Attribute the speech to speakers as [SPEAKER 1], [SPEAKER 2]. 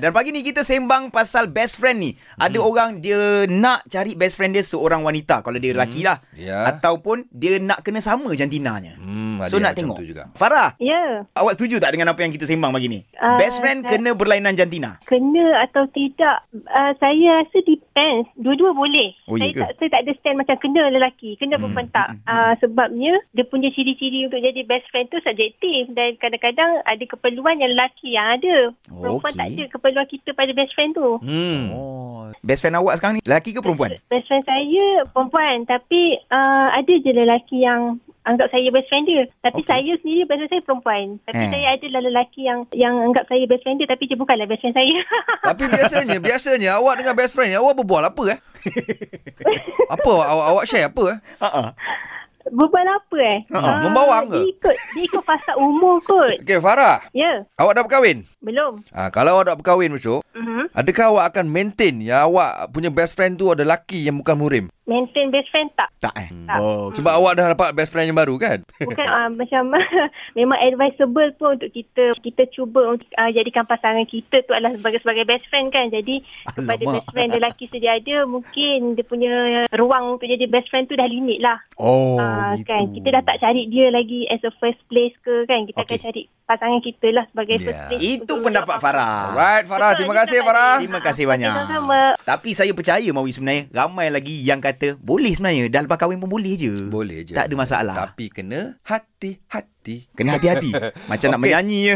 [SPEAKER 1] Dan pagi ni kita sembang pasal best friend ni. Ada hmm. orang dia nak cari best friend dia seorang wanita kalau dia lelaki lah.
[SPEAKER 2] Ya.
[SPEAKER 1] Ataupun dia nak kena sama jantinanya.
[SPEAKER 2] Hmm, ada
[SPEAKER 1] so
[SPEAKER 2] yang
[SPEAKER 1] nak
[SPEAKER 2] macam
[SPEAKER 1] tengok.
[SPEAKER 2] tu juga.
[SPEAKER 1] Farah,
[SPEAKER 3] Ya,
[SPEAKER 1] awak setuju tak dengan apa yang kita sembang pagi ni?
[SPEAKER 3] Ah,
[SPEAKER 1] best friend
[SPEAKER 3] saya-
[SPEAKER 1] kena berlainan jantina.
[SPEAKER 3] kena atau tidak, uh, saya rasa depends. Dua-dua boleh.
[SPEAKER 1] Oh, ya
[SPEAKER 3] saya,
[SPEAKER 1] ke?
[SPEAKER 3] tak, saya tak ada stand macam kena lelaki, kena
[SPEAKER 2] Hmm,
[SPEAKER 3] perempuan tak. Uh, sebabnya, dia punya ciri-ciri untuk jadi best friend tu subjektif. Dan kadang-kadang ada keperluan yang lelaki yang ada. Perempuan
[SPEAKER 1] Okey.
[SPEAKER 3] tak ada keperluan kita pada best friend tu.
[SPEAKER 2] Hmm.
[SPEAKER 1] Oh, best friend awak sekarang ni lelaki ke perempuan?
[SPEAKER 3] Best friend saya perempuan tapi uh, ada je lelaki yang anggap saya best friend dia. Tapi
[SPEAKER 1] Okey.
[SPEAKER 3] okay. saya sendiri best friend saya perempuan. Tapi
[SPEAKER 1] Eh.
[SPEAKER 3] eh. saya adalah lelaki yang yang anggap saya best friend dia tapi dia bukanlah best friend saya.
[SPEAKER 2] Tapi biasanya biasanya awak dengan best friend ni awak berbual apa eh? apa awak, awak awak share apa eh?
[SPEAKER 1] Ha ah.
[SPEAKER 3] Berbual apa eh?
[SPEAKER 2] Ha, membawang ke?
[SPEAKER 3] Dia ikut, dia ikut pasal umur kot.
[SPEAKER 2] Okey Farah,
[SPEAKER 3] Ya, yeah,
[SPEAKER 2] awak dah berkahwin?
[SPEAKER 3] belum.
[SPEAKER 2] Ah kalau awak dah berkahwin besok,
[SPEAKER 3] Mm-hmm.
[SPEAKER 2] adakah awak akan maintain yang awak punya best friend tu ada lelaki yang bukan murim?
[SPEAKER 3] Maintain best friend tak?
[SPEAKER 1] Tak eh.
[SPEAKER 2] Hmm.
[SPEAKER 3] Tak.
[SPEAKER 1] Oh,
[SPEAKER 2] Sebab awak dah dapat best friend yang baru kan?
[SPEAKER 3] Bukan uh, macam memang advisable pun untuk kita kita cuba untuk uh, jadikan pasangan kita tu adalah sebagai sebagai best friend kan. Jadi kepada
[SPEAKER 1] Alamak.
[SPEAKER 3] best friend lelaki sedia ada mungkin dia punya ruang untuk jadi best friend tu dah limit lah.
[SPEAKER 1] Oh,
[SPEAKER 3] Ah,
[SPEAKER 1] gitu.
[SPEAKER 3] kan kita dah tak cari dia lagi as a first place ke kan kita okay. akan
[SPEAKER 1] Okey.
[SPEAKER 3] cari pasangan kita lah sebagai
[SPEAKER 2] Ya.
[SPEAKER 3] yeah. first place.
[SPEAKER 1] Itu
[SPEAKER 3] untuk
[SPEAKER 1] pendapat
[SPEAKER 3] menjawab apa.
[SPEAKER 1] Farah.
[SPEAKER 2] Alright Farah,
[SPEAKER 3] Betul,
[SPEAKER 2] terima
[SPEAKER 3] dia
[SPEAKER 2] kasih
[SPEAKER 3] tak
[SPEAKER 2] Farah.
[SPEAKER 3] ada.
[SPEAKER 1] Terima kasih banyak.
[SPEAKER 3] Sama-sama.
[SPEAKER 1] Tapi saya percaya Mawi sebenarnya ramai lagi yang kata boleh sebenarnya dah lepas kahwin pun boleh je.
[SPEAKER 2] Boleh je.
[SPEAKER 1] Tak ada masalah.
[SPEAKER 2] Tapi kena hati-hati.
[SPEAKER 1] Kena hati-hati. Macam nak
[SPEAKER 2] Okey.
[SPEAKER 1] menyanyi je.